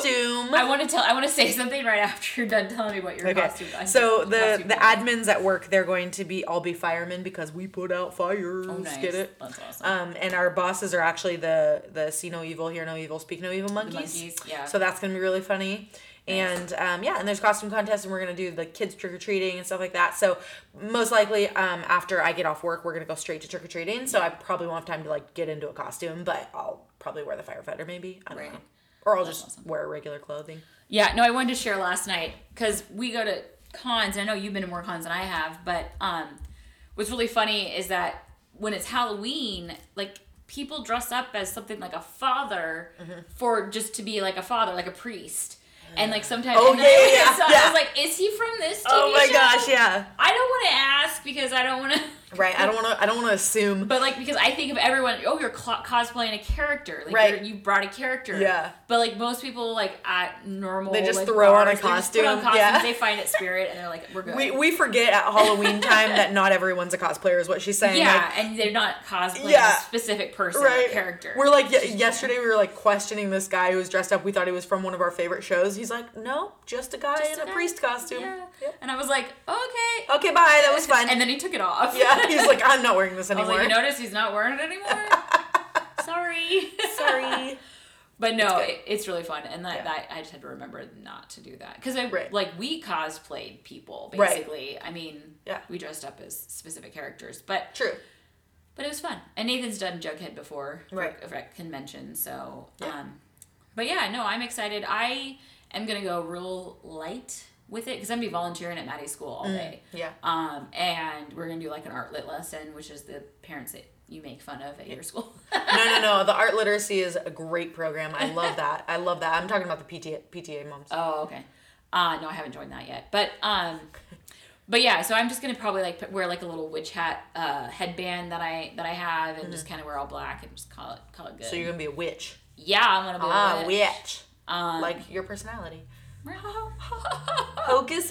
I, know. I want to tell. I want to say something right after you're done telling me what your
Okay.
costume. I'm
So
just-
the
costume
the
is.
admins at work, they're going to be all be firemen because we put out fires.
Oh, nice.
Get it?
That's awesome.
Um, and our bosses are actually the the see no evil, hear no evil, speak no evil monkeys.
monkeys, yeah.
So that's gonna be really funny. And um, yeah, and there's costume contests, and we're gonna do the kids trick or treating and stuff like that. So most likely, um, after I get off work, we're gonna go straight to trick or treating. So I probably won't have time to like get into a costume, but I'll probably wear the firefighter maybe. I don't
Right.
know. Or I'll just
awesome.
wear regular clothing.
Yeah, no, I wanted to share last night because we go to cons, and I know you've been to more cons than I have, but um, what's really funny is that when it's Halloween, like people dress up as something like a father
Mm-hmm.
for just to be like a father, like a priest. And like sometimes,
Oh,
and then I
yeah,
look at
yeah,
stuff,
yeah.
I was like, "Is he from this?" TV
Oh my
show?
gosh, yeah.
I don't want to ask because I don't want to.
Right. I don't wanna I don't wanna assume
But like because I think of everyone, oh, you're clo cosplaying a character, like
Right.
you're, you brought a character.
Yeah.
But like most people, like at normal,
They just
like,
throw on a
bars, they just put on
costume,
costumes,
yeah.
They find it spirit, and they're like, we're good.
We, we forget at Halloween time that not everyone's a cosplayer is what she's saying.
yeah,
like,
and they're not cosplaying
Yeah.
a specific person
right.
or character.
We're like y- yesterday we were like questioning this guy who was dressed up. We thought he was from one of our favorite shows. He's like, no, just a guy
Just
in
a
a
guy.
priest costume.
yeah.
Yep.
And I was like, oh, okay.
Okay, bye. That was fun.
And then he took it off.
yeah, he's like, I'm not wearing this
I was
anymore.
like, you notice he's not wearing it anymore. Sorry.
Sorry.
But no,
good.
it, it's really fun, and that,
Yeah.
that I just had to remember not to do that because I
Right.
like we cosplayed people
Right.
basically. I mean,
Yeah.
we dressed up as specific characters, but
True.
but it was fun. And Nathan's done Jughead before, for-
Right.
for convention, so
Yeah.
um, but yeah, no, I'm excited. I am gonna go real light with it because I'm gonna be volunteering at Maddie's school all day.
Mm, Yeah.
Um, and we're gonna do like an artlet lesson, which is the parents that you make fun of at your school.
No, no, no. The art literacy is a great program. I love that. I love that. I'm talking about the PTA PTA moms.
Oh, okay. Uh, no, I haven't joined that yet. But um, but yeah. So I'm just gonna probably like put, wear like a little witch hat uh, headband that I that I have, and just kind of wear all black and just call it call it good.
Mm-hmm. so you're gonna be a witch.
yeah, I'm gonna be
Ah,
a witch.
witch.
Um,
like your personality.
I
Hocus Pocus.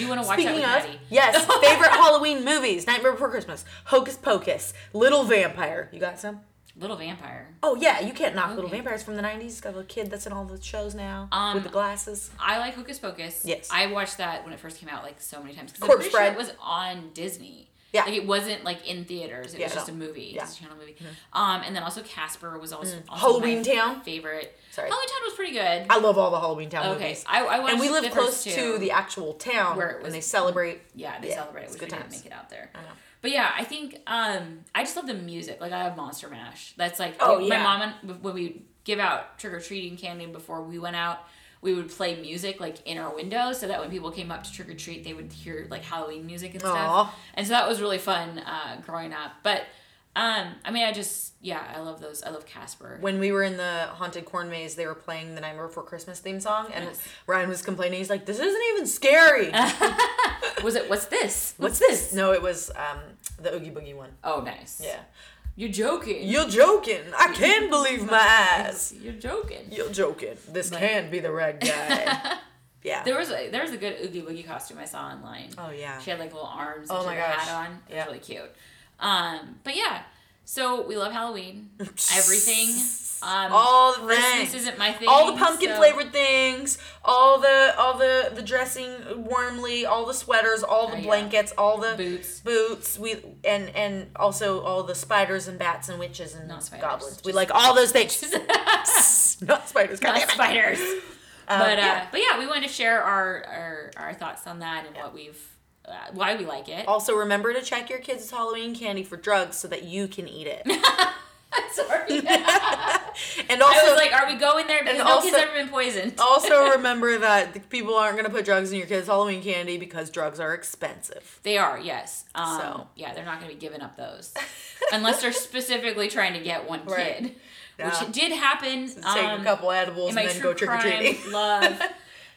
do want to watch that with Maddie.
yes, favorite Halloween movies: Nightmare Before Christmas, Hocus Pocus, Little Vampire. You got some?
Little vampire.
Oh yeah, you can't knock Little
Okay.
Vampires from the '90s. Got a little kid that's in all the shows now
Um,
with the glasses.
I like Hocus Pocus.
Yes.
I watched that when it first came out like so many times. 'cause I'm
Corpse
pretty sure
Bride.
it was on Disney.
Yeah.
Like it wasn't like in theaters. It
Yeah,
was just
no.
a movie.
Yeah. Mm-hmm. Mm.
Just a channel movie. Um, and then also Casper was also, also
Halloween
my
Town?
favorite.
Sorry.
Halloween Town was pretty good.
I love all the Halloween Town
okay.
movies.
I, I watched
And we
the
live
first
close to
two.
the actual town
Where it
and
was-
they celebrate.
Yeah, they
Yeah,
celebrate.
it's
which
good
we didn't
times.
make it out there.
know.
But yeah, I think um, I just love the music. Like I have Monster Mash. That's like
Oh,
my
yeah.
mom and when we give out trick or treating candy before we went out, we would play music like in our window so that when people came up to trick or treat, they would hear like Halloween music and
Aw.
stuff. And so that was really fun uh, growing up. But um, I mean, I just yeah, I love those. I love Casper.
When we were in the haunted corn maze, they were playing the Nightmare Before Christmas theme song, and
Nice.
Ryan was complaining. He's like, "This isn't even scary.
was it? What's this?
What's this?" No, it was um, the Oogie Boogie one.
Oh, nice.
Yeah.
You're joking.
You're joking. I can't believe my eyes.
You're joking.
You're joking. This can't be the right guy. yeah.
There was a there was a good Oogie Boogie costume I saw online.
oh yeah.
She had like little arms and
Oh
she
my
had a
gosh.
hat on. It
Yeah.
was really cute. Um, but yeah. So we love Halloween. Everything. Um
All the
Christmas
things.
isn't my thing.
all the pumpkin
so-
flavored things, all the all the the dressing warmly, all the sweaters, all
Oh,
the
yeah.
blankets, all the
Boots.
boots. We and and also all the spiders and bats and witches and
Not spiders,
goblins. We
just-
like all those things. Not spiders.
Not
goddamn it.
spiders.
Um,
but uh
yeah.
but yeah, we wanted to share our our, our thoughts on that and what we've uh, why we like it.
Also, remember to check your kids' Halloween candy for drugs so that you can eat it.
Sorry.
And also,
I was like, are we going there? Because no kids
also-
ever been poisoned.
also remember that the people aren't going to put drugs in your kids' Halloween candy because drugs are expensive.
They are, yes. Um,
So.
yeah, they're not going to be giving up those unless they're specifically trying to get one kid.
Right. Yeah.
which did happen.
Take
um,
a couple edibles
in my
and then
true
go trick or
crime
treating.
love,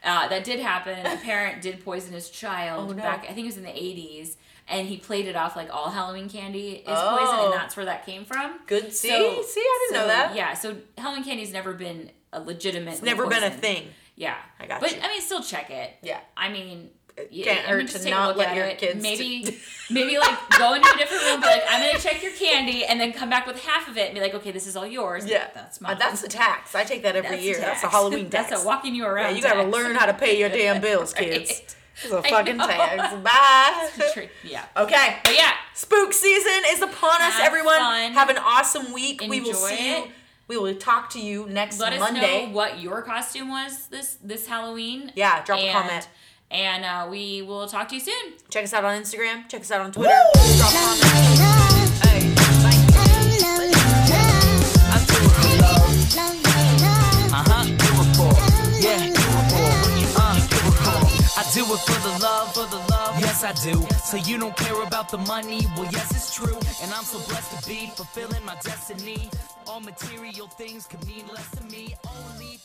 uh, that did happen. A parent did poison his child
Oh, no.
back. I think it was in the eighties, and he played it off like all Halloween candy is poison,
Oh.
and that's where that came from.
Good. See,
So-
see, I
so,
didn't know that.
Yeah, so Halloween candy's never been a legitimate.
It's never been a thing.
Yeah,
I got
But
you.
I mean, still check it.
Yeah.
I mean, y-
can't
I
hurt
mean,
to
just take a
not
look
let
at
your
it.
kids
maybe
to-
maybe like go into a different room, be like, I'm gonna check your candy, and then come back with half of it, and be like, okay, this is all yours.
Yeah.
that's
Uh,
mine.
that's a tax. I take that every
That's a
year. That's a
tax.
Halloween tax.
that's a walking you
Yeah,
around.
you gotta
tax.
learn how to pay your damn bills,
Right.
kids. It's a
I
fucking
know.
tax. Bye.
Trick- yeah,
okay.
but yeah,
Spook season is upon us,
Have
everyone.
fun.
Have an awesome week. we will
Enjoy
see
it.
you. We will talk to you next
let us
Monday.
know what your costume was this this Halloween.
Yeah, drop
and,
a comment.
and uh, we will talk to you soon.
Check us out on Instagram. Check us out on Twitter. Drop a comment.
Love,
Hey, bye.
love, love,
I'm doing love,
love, love, love,
uh-huh, beautiful, yeah,
love.
uh, beautiful. I do it for the love, for the love, yes I do. So you don't care about the money, well yes it's true. And I'm so blessed to be fulfilling my destiny. All material things could mean less to me, only.